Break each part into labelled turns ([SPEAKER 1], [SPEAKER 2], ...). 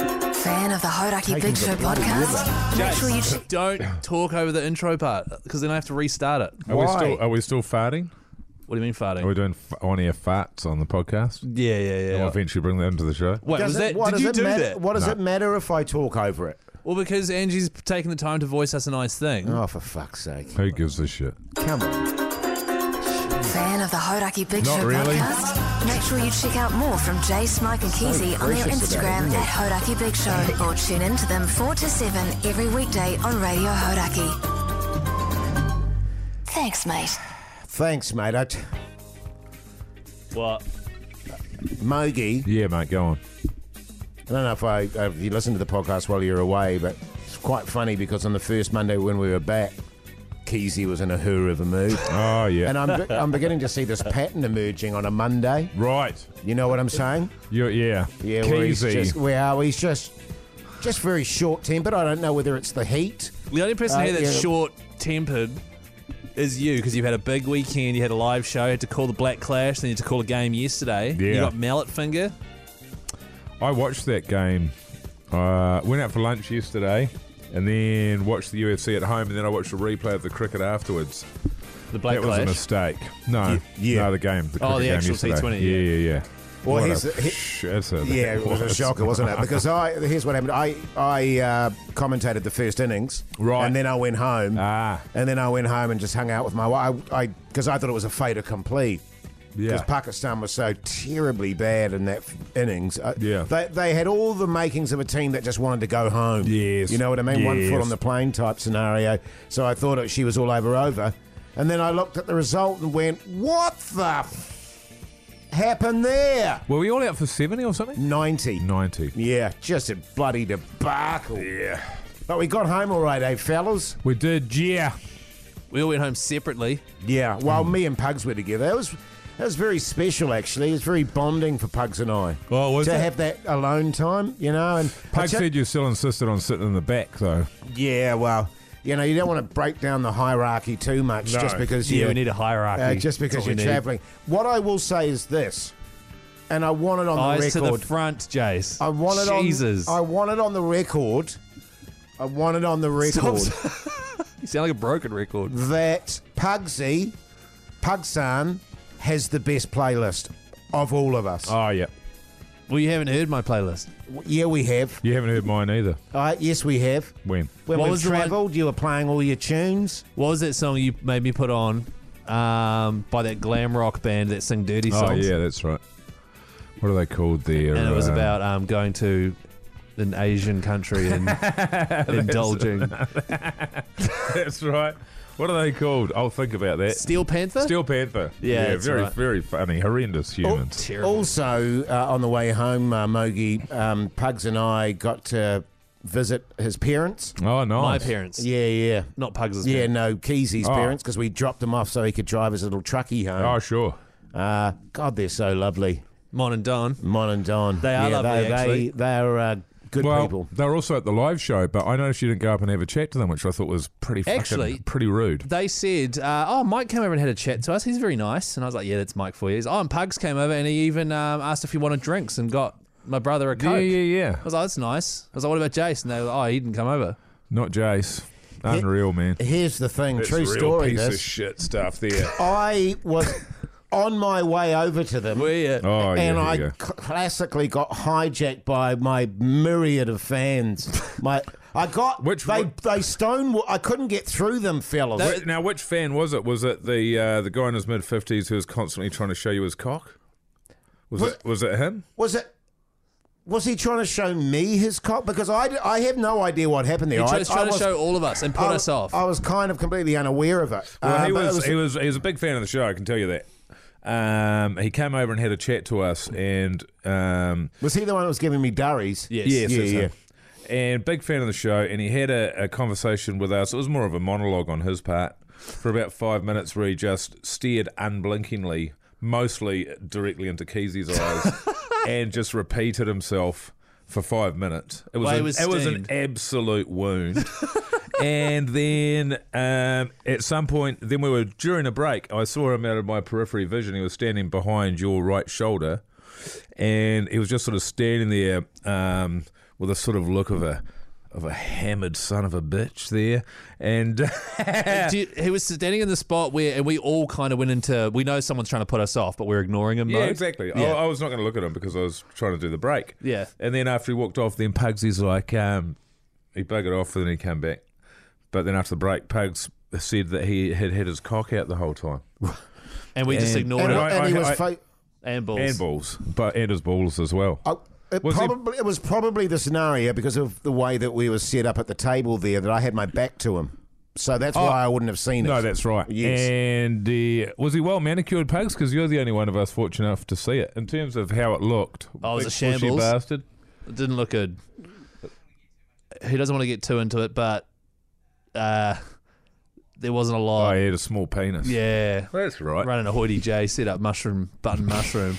[SPEAKER 1] fan of the Hodaki Big Show podcast? Make sure you check.
[SPEAKER 2] Don't talk over the intro part because then I have to restart it.
[SPEAKER 3] Are we
[SPEAKER 4] Why?
[SPEAKER 3] still are we still farting?
[SPEAKER 2] What do you mean
[SPEAKER 3] Are we
[SPEAKER 2] farting?
[SPEAKER 3] doing f- on air farts on the podcast? And
[SPEAKER 2] Yeah, yeah,
[SPEAKER 3] we'll
[SPEAKER 2] yeah.
[SPEAKER 3] eventually bring them to the show.
[SPEAKER 2] Wait, was
[SPEAKER 4] Does it-
[SPEAKER 2] that?
[SPEAKER 4] why
[SPEAKER 2] Did
[SPEAKER 4] does
[SPEAKER 2] you
[SPEAKER 4] it
[SPEAKER 2] do
[SPEAKER 4] matter-
[SPEAKER 2] that?
[SPEAKER 4] What does it matter if I talk over it?
[SPEAKER 2] Well, because Angie's taking the time to voice us a nice thing.
[SPEAKER 4] Oh, for fuck's sake.
[SPEAKER 3] Who gives a shit?
[SPEAKER 4] Come on.
[SPEAKER 1] Fan of the Hodaki Big
[SPEAKER 3] Not
[SPEAKER 1] Show
[SPEAKER 3] really.
[SPEAKER 1] podcast? Make sure you check out more from Jay, Smike, and Keezy on their
[SPEAKER 4] gracious about
[SPEAKER 1] Instagram
[SPEAKER 4] it, isn't
[SPEAKER 1] at Hodaki Big Show or tune in to them 4 to 7 every weekday on Radio Hodaki. Thanks, mate.
[SPEAKER 4] Thanks, mate. I t-
[SPEAKER 2] What?
[SPEAKER 4] Mogi,
[SPEAKER 3] Yeah, mate, go on.
[SPEAKER 4] I don't know if I uh, if you listened to the podcast while you were away, but it's quite funny because on the first Monday when we were back, Keezy was in a hur of a mood.
[SPEAKER 3] Oh yeah,
[SPEAKER 4] And I'm, I'm beginning to see this pattern emerging on a Monday.
[SPEAKER 3] right.
[SPEAKER 4] You know what I'm saying?
[SPEAKER 3] You're, yeah,
[SPEAKER 4] Yeah, where he's
[SPEAKER 3] Keezy.
[SPEAKER 4] just where how he's just just very short tempered. I don't know whether it's the heat.
[SPEAKER 2] The only person
[SPEAKER 4] Uh,
[SPEAKER 2] here that's
[SPEAKER 4] yeah.
[SPEAKER 2] short tempered is you because you've had a big weekend. You had a live show. You had to call the Black Clash. Then you had to call a game yesterday. You
[SPEAKER 3] Yeah.
[SPEAKER 2] got mallet finger.
[SPEAKER 3] I watched that game. Uh, went out for lunch yesterday, and then watched the UFC at home, and then I watched a replay of the cricket afterwards.
[SPEAKER 2] The Black
[SPEAKER 3] that was
[SPEAKER 2] Clash.
[SPEAKER 3] a mistake. No,
[SPEAKER 4] yeah.
[SPEAKER 3] no, the game. The
[SPEAKER 2] Oh,
[SPEAKER 3] cricket
[SPEAKER 2] the
[SPEAKER 3] game
[SPEAKER 2] actual
[SPEAKER 3] yesterday.
[SPEAKER 2] T20,
[SPEAKER 3] Yeah,
[SPEAKER 2] yeah.
[SPEAKER 3] yeah, yeah.
[SPEAKER 4] Well,
[SPEAKER 3] What
[SPEAKER 4] here's
[SPEAKER 3] a
[SPEAKER 4] the- he-
[SPEAKER 3] sh- that's
[SPEAKER 4] Yeah,
[SPEAKER 3] a-
[SPEAKER 4] it was a shocker, wasn't it? Because I here's what happened. I I uh, commentated the first innings,
[SPEAKER 3] Right.
[SPEAKER 4] and then I went home,
[SPEAKER 3] Ah.
[SPEAKER 4] and then I went home and just hung out with my wife. I because I, thought it was a fait accompli.
[SPEAKER 3] Yeah.
[SPEAKER 4] Because Pakistan was so terribly bad in that f- innings. Uh,
[SPEAKER 3] Yeah.
[SPEAKER 4] They, they had all the makings of a team that just wanted to go home.
[SPEAKER 3] Yes.
[SPEAKER 4] You know what I mean? One foot
[SPEAKER 3] Yes.
[SPEAKER 4] on the plane type scenario. So I thought it, she was all over over. And then I looked at the result and went, what the f- happened there?
[SPEAKER 3] Were we all out for seventy or something?
[SPEAKER 4] 90.
[SPEAKER 3] Ninety.
[SPEAKER 4] Yeah, just a bloody debacle.
[SPEAKER 3] Yeah.
[SPEAKER 4] But we got home all right, eh, fellas?
[SPEAKER 3] We did, yeah.
[SPEAKER 2] We all went home separately.
[SPEAKER 4] Yeah. Well,
[SPEAKER 2] Hmm.
[SPEAKER 4] me and Pugs were together. That was that was very special, actually. It was very bonding for Pugs and I.
[SPEAKER 3] Oh, was
[SPEAKER 4] to
[SPEAKER 3] it?
[SPEAKER 4] have that alone time, you know. And
[SPEAKER 3] Pug
[SPEAKER 4] I
[SPEAKER 3] said you still insisted on sitting in the back, though.
[SPEAKER 4] "Yeah, well, you know, you don't want to break down the hierarchy too much,
[SPEAKER 3] No.
[SPEAKER 4] just because
[SPEAKER 2] Yeah,
[SPEAKER 4] you
[SPEAKER 2] we need a hierarchy.
[SPEAKER 4] uh, just because
[SPEAKER 2] That's what
[SPEAKER 4] you're
[SPEAKER 2] we need.
[SPEAKER 4] travelling." What I will say is this, and I want it on
[SPEAKER 2] Eyes
[SPEAKER 4] the
[SPEAKER 2] to the
[SPEAKER 4] record.
[SPEAKER 2] front, Jace.
[SPEAKER 4] I want it
[SPEAKER 2] Jesus.
[SPEAKER 4] on. I want it on the record. I want it on the record.
[SPEAKER 2] you sound like a broken record.
[SPEAKER 4] that Pugsy, Pugsan, has the best playlist of all of us.
[SPEAKER 3] Oh, yeah.
[SPEAKER 2] Well, you haven't heard my playlist.
[SPEAKER 4] yeah, we have.
[SPEAKER 3] You haven't heard mine either.
[SPEAKER 4] Uh, yes, we have.
[SPEAKER 3] When?
[SPEAKER 4] When
[SPEAKER 2] What
[SPEAKER 4] we
[SPEAKER 2] was the one-
[SPEAKER 4] travelled, you were playing all your tunes.
[SPEAKER 2] What was that song you made me put on um, by that glam rock band that sing dirty songs?
[SPEAKER 3] Oh, yeah, that's right. What are they called there?
[SPEAKER 2] And it was
[SPEAKER 3] Uh,
[SPEAKER 2] about um, going to an Asian country and indulging.
[SPEAKER 3] That's right. What are they called? I'll think about that.
[SPEAKER 2] Steel Panther?
[SPEAKER 3] Steel Panther.
[SPEAKER 2] Yeah, that's
[SPEAKER 3] very,
[SPEAKER 2] right. Oh.
[SPEAKER 3] very funny. Horrendous humans.
[SPEAKER 2] Terrible.
[SPEAKER 4] Also, uh, on the way home, uh, Mogi, um, Pugs and I got to visit his parents.
[SPEAKER 3] Oh, nice.
[SPEAKER 2] My parents.
[SPEAKER 4] Yeah, yeah.
[SPEAKER 2] Not Pugs'
[SPEAKER 4] Yeah,
[SPEAKER 2] parents.
[SPEAKER 4] no, Keezy's
[SPEAKER 3] Oh.
[SPEAKER 4] parents, because we dropped him off so he could drive his little truckie
[SPEAKER 3] Oh,
[SPEAKER 4] home.
[SPEAKER 3] sure.
[SPEAKER 4] Uh, God, they're so lovely.
[SPEAKER 2] Mon and Don.
[SPEAKER 4] Mon and Don.
[SPEAKER 2] They are
[SPEAKER 4] yeah,
[SPEAKER 2] lovely,
[SPEAKER 4] They,
[SPEAKER 2] actually.
[SPEAKER 4] they, they are uh, good
[SPEAKER 3] Well,
[SPEAKER 4] people.
[SPEAKER 3] they were also at the live show, but I noticed you didn't go up and have a chat to them, which I thought was pretty fucking,
[SPEAKER 2] Actually-
[SPEAKER 3] pretty rude.
[SPEAKER 2] They said, uh, oh, Mike came over and had a chat to us. He's very nice. And I was like, yeah, that's Mike for you. He's, Oh, and Pugs came over and he even um, asked if he wanted drinks and got my brother a Coke.
[SPEAKER 3] Yeah, yeah, yeah.
[SPEAKER 2] I was like, that's nice. I was like, what about Jace? And they were like, oh, he didn't come over.
[SPEAKER 3] Not Jace. Unreal, man.
[SPEAKER 4] Here's the thing,
[SPEAKER 3] That's
[SPEAKER 4] true
[SPEAKER 3] real
[SPEAKER 4] story.
[SPEAKER 3] piece of
[SPEAKER 4] This.
[SPEAKER 3] shit stuff there.
[SPEAKER 4] I was on my way over to them,
[SPEAKER 2] Were you?
[SPEAKER 3] Oh, yeah,
[SPEAKER 4] and
[SPEAKER 3] here
[SPEAKER 4] I
[SPEAKER 3] you go.
[SPEAKER 4] cl- classically got hijacked by my myriad of fans. My, I got
[SPEAKER 3] Which
[SPEAKER 4] they
[SPEAKER 3] one-
[SPEAKER 4] they stone. I couldn't get through them, fellas.
[SPEAKER 3] Wh- now, which fan was it? Was it the uh, the guy in his mid fifties who was constantly trying to show you his cock? Was
[SPEAKER 4] Was-
[SPEAKER 3] it was it him?
[SPEAKER 4] was it? Was he trying to show me his cock? Because I, d- I have no idea what happened there.
[SPEAKER 2] He
[SPEAKER 4] I,
[SPEAKER 2] tried,
[SPEAKER 4] I
[SPEAKER 2] tried
[SPEAKER 4] was-
[SPEAKER 2] to show all of us and put
[SPEAKER 4] I-
[SPEAKER 2] us off.
[SPEAKER 4] I was kind of completely unaware of it.
[SPEAKER 3] Well,
[SPEAKER 4] Uh,
[SPEAKER 3] he
[SPEAKER 4] but it
[SPEAKER 3] was,
[SPEAKER 4] was-
[SPEAKER 3] he was he was a big fan of the show. I can tell you that. Um, he came over and had a chat to us, and um,
[SPEAKER 4] was he the one that was giving me durries?
[SPEAKER 2] Yes.
[SPEAKER 3] yes,
[SPEAKER 4] Yeah,
[SPEAKER 3] that's
[SPEAKER 4] yeah.
[SPEAKER 3] him. And big fan of the show, and he had a, a conversation with us. It was more of a monologue on his part for about five minutes, where he just stared unblinkingly, mostly directly into Keezy's eyes, and just repeated himself for five minutes. It was
[SPEAKER 2] Well, he
[SPEAKER 3] an,
[SPEAKER 2] was
[SPEAKER 3] it was an
[SPEAKER 2] steamed.
[SPEAKER 3] absolute wound. and then um, at some point, then we were during a break. I saw him out of my periphery vision. He was standing behind your right shoulder, and he was just sort of standing there um, with a sort of look of a of a hammered son of a bitch there, and
[SPEAKER 2] Do you- he was standing in the spot where, and we all kind of went into, we know someone's trying to put us off, but we're ignoring him.
[SPEAKER 3] Yeah,
[SPEAKER 2] mode.
[SPEAKER 3] exactly.
[SPEAKER 2] Yeah.
[SPEAKER 3] I, I was not going to look at him because I was trying to do the break.
[SPEAKER 2] Yeah.
[SPEAKER 3] And then after he walked off, then Pugs is like, um, he buggered off, and then he came back. But then after the break, Pugs said that he had had his cock out the whole time
[SPEAKER 2] And we just
[SPEAKER 3] And-
[SPEAKER 2] ignored
[SPEAKER 4] And,
[SPEAKER 2] him.
[SPEAKER 3] I-
[SPEAKER 4] and he
[SPEAKER 3] I-
[SPEAKER 4] was.
[SPEAKER 3] I-
[SPEAKER 4] fa-
[SPEAKER 2] And balls.
[SPEAKER 3] and balls, but and his balls as well.
[SPEAKER 4] Oh, it
[SPEAKER 3] Was he-
[SPEAKER 4] probably it was probably the scenario because of the way that we were set up at the table there that I had my back to him, so that's why I wouldn't have seen it.
[SPEAKER 3] No, that's right.
[SPEAKER 4] Yes.
[SPEAKER 3] And uh, was he well manicured, Pugs? Because you're the only one of us fortunate enough to see it. In terms of how it looked,
[SPEAKER 2] Oh, it was a
[SPEAKER 3] big bushy
[SPEAKER 2] shambles.
[SPEAKER 3] bastard.
[SPEAKER 2] It didn't look good. He doesn't want to get too into it, but uh, there wasn't a
[SPEAKER 3] Oh,
[SPEAKER 2] lot.
[SPEAKER 3] he had a small penis.
[SPEAKER 2] yeah.
[SPEAKER 3] that's right.
[SPEAKER 2] Running a hoity J set up mushroom, button mushroom.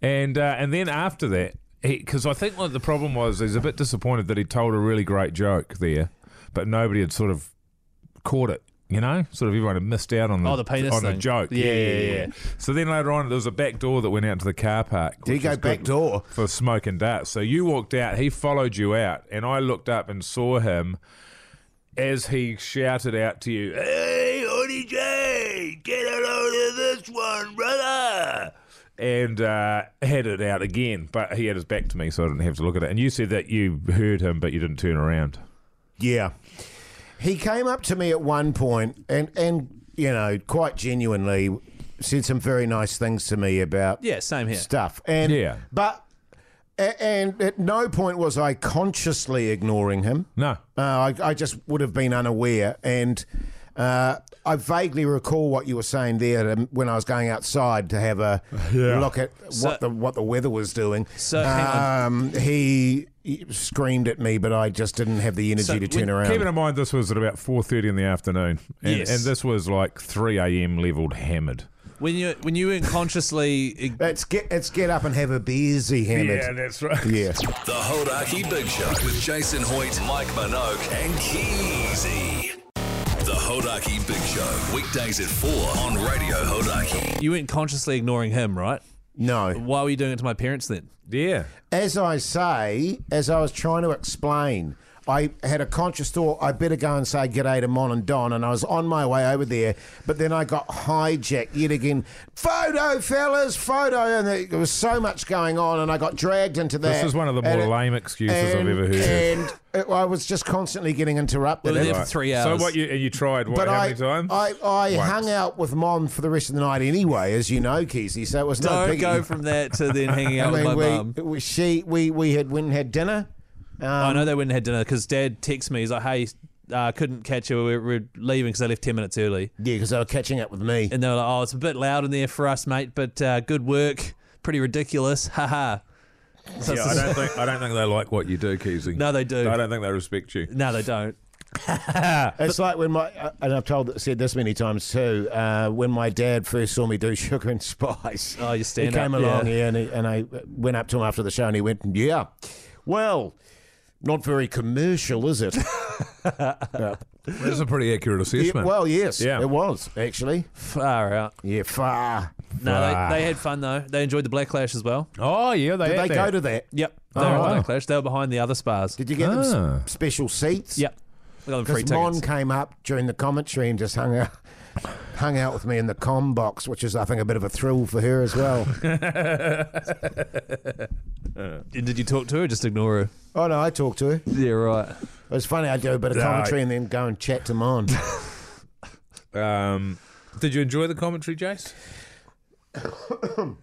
[SPEAKER 3] And uh, and then after that, because I think like the problem was he's a bit disappointed that he told a really great joke there, but nobody had sort of caught it. You know, sort of everyone had missed out on the,
[SPEAKER 2] Oh, the penis
[SPEAKER 3] on the
[SPEAKER 2] thing.
[SPEAKER 3] joke.
[SPEAKER 2] Yeah, yeah, yeah.
[SPEAKER 3] So then later on, there was a back door that went out to the car park.
[SPEAKER 4] Did he
[SPEAKER 3] which
[SPEAKER 4] go
[SPEAKER 3] is good
[SPEAKER 4] back door?
[SPEAKER 3] for smoke and darts? So you walked out, he followed you out, and I looked up and saw him as he shouted out to you, "Hey, Honey J, get a load of this one, brother!" And uh, had it out again, but he had his back to me, so I didn't have to look at it. And you said that you heard him, but you didn't turn around.
[SPEAKER 4] Yeah. He came up to me at one point and, and you know, quite genuinely said some very nice things to me about
[SPEAKER 2] Yeah, same here.
[SPEAKER 4] stuff. And
[SPEAKER 3] Yeah.
[SPEAKER 4] but a- and at no point was I consciously ignoring him.
[SPEAKER 3] No,
[SPEAKER 4] Uh, I, I just would have been unaware. And uh, I vaguely recall what you were saying there to- when I was going outside to have a look at what
[SPEAKER 2] So-
[SPEAKER 4] the what the weather was doing.
[SPEAKER 2] So, hang on.
[SPEAKER 4] um, he he screamed at me, but I just didn't have the energy
[SPEAKER 2] So,
[SPEAKER 4] to turn
[SPEAKER 2] when-
[SPEAKER 4] around.
[SPEAKER 3] keeping in mind this was at about four thirty in the afternoon, and,
[SPEAKER 2] Yes.
[SPEAKER 3] and this was like three a.m. leveled, hammered.
[SPEAKER 2] When you when you unconsciously ig-
[SPEAKER 4] Let's get let's get up and have a busy hammered.
[SPEAKER 3] Yeah, that's right.
[SPEAKER 4] Yeah.
[SPEAKER 5] The Hodaki Big Show with Jason Hoyt, Mike Minogue, and Keezy. The Hodaki Big Show, weekdays at 4 on Radio Hodaki.
[SPEAKER 2] you weren't consciously ignoring him, right?
[SPEAKER 4] No.
[SPEAKER 2] Why were you doing it to my parents then?
[SPEAKER 3] Yeah.
[SPEAKER 4] As I say, as I was trying to explain, I had a conscious thought I better go and say g'day to Mon and Don, and I was on my way over there, but then I got hijacked yet again. Photo, fellas, photo, and there was so much going on, and I got dragged into that.
[SPEAKER 3] This is one of the more
[SPEAKER 4] and it-
[SPEAKER 3] lame excuses
[SPEAKER 4] and,
[SPEAKER 3] I've ever heard.
[SPEAKER 4] And it, I was just constantly getting interrupted.
[SPEAKER 2] We were
[SPEAKER 4] And-
[SPEAKER 2] there for three hours.
[SPEAKER 3] So what you you tried what
[SPEAKER 4] But
[SPEAKER 3] how
[SPEAKER 4] I,
[SPEAKER 3] many times?
[SPEAKER 4] I, I
[SPEAKER 3] Once.
[SPEAKER 4] hung out with Mom for the rest of the night anyway, as you know, Keezy, so it was no
[SPEAKER 2] Don't
[SPEAKER 4] biggie.
[SPEAKER 2] go from that to then hanging out
[SPEAKER 4] I
[SPEAKER 2] with my
[SPEAKER 4] mean,
[SPEAKER 2] mum.
[SPEAKER 4] we, we she we we had went and had dinner.
[SPEAKER 2] I
[SPEAKER 4] Um,
[SPEAKER 2] know they went and had dinner because Dad texted me. He's like, "Hey, uh, couldn't catch you. We're, we're leaving because they left ten minutes early."
[SPEAKER 4] yeah, because they were catching up with me.
[SPEAKER 2] And they were like, "Oh, it's a bit loud in there for us, mate, but uh, good work. Pretty ridiculous. Haha." So
[SPEAKER 3] Yeah,
[SPEAKER 2] it's
[SPEAKER 3] I
[SPEAKER 2] just-
[SPEAKER 3] don't think I don't think they like what you do, Keezy.
[SPEAKER 2] No, they do.
[SPEAKER 3] I don't think they respect you.
[SPEAKER 2] no, they don't.
[SPEAKER 4] It's like when my uh, and I've told said this many times too. Uh, when my dad first saw me do sugar and spice,
[SPEAKER 2] Oh, you stand
[SPEAKER 4] he came
[SPEAKER 2] up,
[SPEAKER 4] along
[SPEAKER 2] yeah.
[SPEAKER 4] here and, he, and I went up to him after the show and he went, "Yeah, well, not very commercial, is it?"
[SPEAKER 3] That's a pretty accurate
[SPEAKER 4] Yeah,
[SPEAKER 3] assessment.
[SPEAKER 4] well, yes,
[SPEAKER 3] Yeah.
[SPEAKER 4] it was actually.
[SPEAKER 2] Far out.
[SPEAKER 4] Yeah, far.
[SPEAKER 2] No,
[SPEAKER 3] Fuck.
[SPEAKER 2] they, they had fun though. They enjoyed the Blacklash as well.
[SPEAKER 3] oh yeah, they
[SPEAKER 4] Did
[SPEAKER 3] had
[SPEAKER 4] they
[SPEAKER 3] that.
[SPEAKER 4] go to that?
[SPEAKER 2] Yep, they
[SPEAKER 3] Oh,
[SPEAKER 2] were
[SPEAKER 3] wow.
[SPEAKER 2] at Blacklash. They were behind the other spars.
[SPEAKER 4] Did you get
[SPEAKER 3] Ah.
[SPEAKER 4] them s- special seats?
[SPEAKER 2] Yep, we got them free
[SPEAKER 4] Because
[SPEAKER 2] tickets.
[SPEAKER 4] Mon came up during the commentary and just hung out, hung out with me in the com box, which is, I think, a bit of a thrill for her as well.
[SPEAKER 2] And did you talk to her? or Just ignore her.
[SPEAKER 4] oh no, I talked to her. It
[SPEAKER 2] Yeah, right.
[SPEAKER 4] was funny. I do a bit of
[SPEAKER 3] No,
[SPEAKER 4] commentary and then go and chat to Mon.
[SPEAKER 3] Um, did you enjoy the commentary, Jace?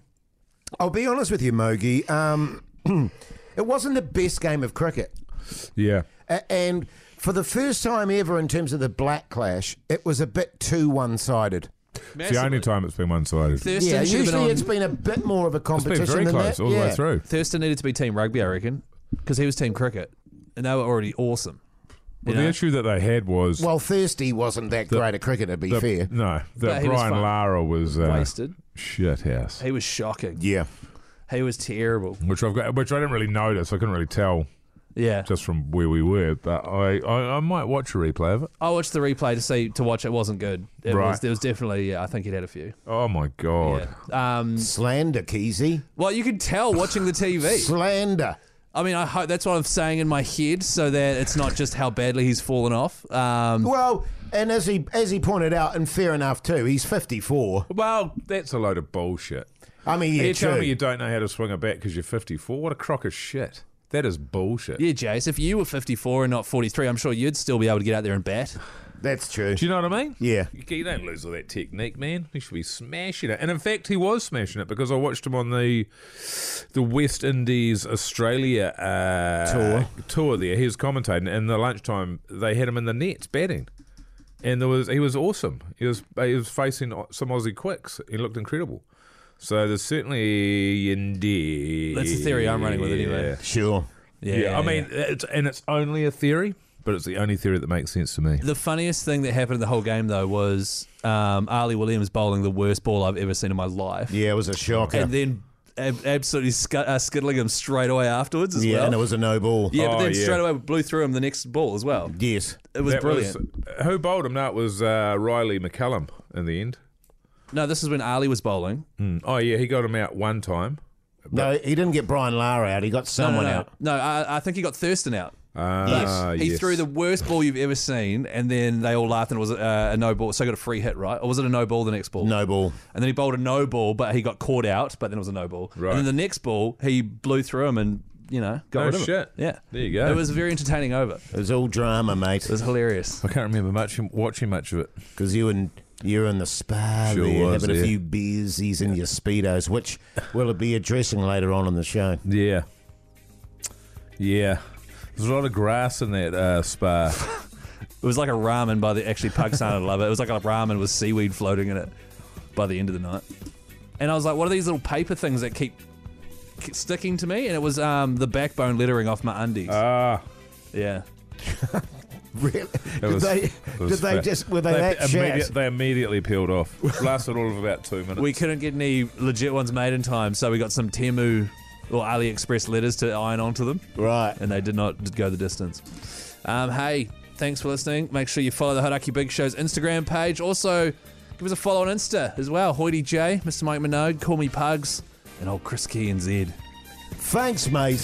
[SPEAKER 4] I'll be honest with you, Mogi. Um, it wasn't the best game of cricket,
[SPEAKER 3] Yeah.
[SPEAKER 4] A- and for the first time ever in terms of the black clash, it was a bit too one-sided.
[SPEAKER 3] It's the only time it's been one sided. It's
[SPEAKER 2] Thurston
[SPEAKER 4] Yeah,
[SPEAKER 2] should have been
[SPEAKER 4] usually
[SPEAKER 2] on-
[SPEAKER 4] it's been a bit more of a competition
[SPEAKER 3] been very
[SPEAKER 4] than
[SPEAKER 3] close
[SPEAKER 4] that.
[SPEAKER 3] all the way
[SPEAKER 4] Yeah.
[SPEAKER 3] through.
[SPEAKER 2] Thurston needed to be team rugby, I reckon, because he was team cricket, and they were already awesome.
[SPEAKER 3] Well,
[SPEAKER 2] Yeah.
[SPEAKER 3] the issue that they had was
[SPEAKER 4] Well, Thirsty wasn't that great a cricketer, to be
[SPEAKER 3] the-
[SPEAKER 4] fair.
[SPEAKER 3] No,
[SPEAKER 2] But
[SPEAKER 3] that
[SPEAKER 2] he was
[SPEAKER 3] Brian
[SPEAKER 2] fun.
[SPEAKER 3] Lara was uh,
[SPEAKER 2] Wasted.
[SPEAKER 3] shit house,
[SPEAKER 2] He was shocking.
[SPEAKER 4] Yeah.
[SPEAKER 2] He was terrible.
[SPEAKER 3] which I've got, which I didn't really notice. I couldn't really tell
[SPEAKER 2] Yeah.
[SPEAKER 3] just from where we were, but I, I, I might watch a replay of it.
[SPEAKER 2] I watched the replay to see to watch. It wasn't good. It
[SPEAKER 3] Right.
[SPEAKER 2] was. There was definitely. Yeah, I think he'd had a few.
[SPEAKER 3] Oh my god.
[SPEAKER 2] Yeah. Um.
[SPEAKER 4] Slander, Keezy.
[SPEAKER 2] Well, you could tell watching the TV.
[SPEAKER 4] Slander.
[SPEAKER 2] I mean, I hope that's what I'm saying in my head, so that it's not just how badly he's fallen off. Um,
[SPEAKER 4] Well, and as he as he pointed out, and fair enough too, he's 54.
[SPEAKER 3] Well, that's a load of bullshit.
[SPEAKER 4] I mean, yeah,
[SPEAKER 3] you
[SPEAKER 4] true.
[SPEAKER 3] telling me you don't know how to swing a bat because you're 54? What a crock of shit. That is bullshit.
[SPEAKER 2] yeah, Jace, if you were 54 and not 43, I'm sure you'd still be able to get out there and bat.
[SPEAKER 4] That's true.
[SPEAKER 3] Do you know what I mean?
[SPEAKER 4] Yeah.
[SPEAKER 3] You, you don't lose all that technique, man. He should be smashing it. And in fact, he was smashing it because I watched him on the the West Indies Australia uh,
[SPEAKER 4] Tour.
[SPEAKER 3] tour there. He was commentating, and the lunchtime they had him in the nets batting, and there was he was awesome. He was he was facing some Aussie quicks. He looked incredible. So there's certainly indeed.
[SPEAKER 2] That's the theory I'm running with anyway.
[SPEAKER 4] Sure.
[SPEAKER 2] Yeah,
[SPEAKER 3] Yeah, I mean, It's, and it's only a theory, but it's the only theory that makes sense to me.
[SPEAKER 2] The funniest thing that happened in the whole game, though, was um, Ali Williams bowling the worst ball I've ever seen in my life.
[SPEAKER 4] Yeah, it was a shocker.
[SPEAKER 2] And then ab- absolutely sc- uh, skittling him straight away afterwards as
[SPEAKER 4] yeah,
[SPEAKER 2] well.
[SPEAKER 4] and it was a no ball. Oh,
[SPEAKER 2] yeah, but
[SPEAKER 3] Oh,
[SPEAKER 2] then
[SPEAKER 3] yeah.
[SPEAKER 2] straight away blew through him the next ball as well.
[SPEAKER 4] Yes.
[SPEAKER 2] It was
[SPEAKER 3] That
[SPEAKER 2] brilliant.
[SPEAKER 3] was- who bowled him? No, it was uh, Riley McCallum in the end.
[SPEAKER 2] No, this is when Ali was bowling.
[SPEAKER 3] Mm. Oh yeah, he got him out one time.
[SPEAKER 4] No, he didn't get Brian Lara out. He got
[SPEAKER 2] No,
[SPEAKER 4] someone
[SPEAKER 2] no, no.
[SPEAKER 4] out.
[SPEAKER 2] Uh, No, I, I think he got Thurston out.
[SPEAKER 3] Ah,
[SPEAKER 2] he
[SPEAKER 3] yes.
[SPEAKER 2] threw the worst ball you've ever seen, and then they all laughed, and it was uh, a no ball. So I got a free hit, right? Or was it a no ball the next ball?
[SPEAKER 4] No ball.
[SPEAKER 2] And then he bowled a no ball, but he got caught out, but then it was a no ball.
[SPEAKER 3] Right.
[SPEAKER 2] And then the next ball, he blew through him and, you know, got
[SPEAKER 3] No
[SPEAKER 2] rid of
[SPEAKER 3] shit.
[SPEAKER 2] him. Yeah.
[SPEAKER 3] There you go.
[SPEAKER 2] It was a very entertaining over. It
[SPEAKER 4] It was all drama, mate.
[SPEAKER 2] was hilarious.
[SPEAKER 3] I can't remember much watching much of it.
[SPEAKER 4] Because you and you're in the spa
[SPEAKER 3] Sure
[SPEAKER 4] there,
[SPEAKER 3] was,
[SPEAKER 4] having
[SPEAKER 3] yeah.
[SPEAKER 4] a few beersies in your speedos, which we'll be addressing later on in the show.
[SPEAKER 3] Yeah, yeah. There's a lot of grass in that uh, spa.
[SPEAKER 2] It was like a ramen by the actually Pakistan. I love it. It was like a ramen with seaweed floating in it by the end of the night. And I was like, what are these little paper things that keep keep sticking to me? And it was um, the backbone lettering off my undies.
[SPEAKER 3] Ah,
[SPEAKER 2] yeah.
[SPEAKER 4] Really? Did
[SPEAKER 3] was-
[SPEAKER 4] they?
[SPEAKER 3] it
[SPEAKER 4] Did
[SPEAKER 3] was
[SPEAKER 4] they
[SPEAKER 3] fat.
[SPEAKER 4] just? Were they, that
[SPEAKER 3] immediate-
[SPEAKER 4] shit?
[SPEAKER 3] they immediately peeled off. Lasted all of about two minutes.
[SPEAKER 2] We couldn't get any legit ones made in time, so we got some Temu or AliExpress letters to iron onto them.
[SPEAKER 4] Right.
[SPEAKER 2] and they did not go the distance. Um, hey, thanks for listening. Make sure you follow the Hodaki Big Show's Instagram page. Also, give us a follow on Insta as well. Hoity J, Mr. Mike Minogue, Call Me Pugs, and old Chris Key and Zed.
[SPEAKER 4] Thanks, mate.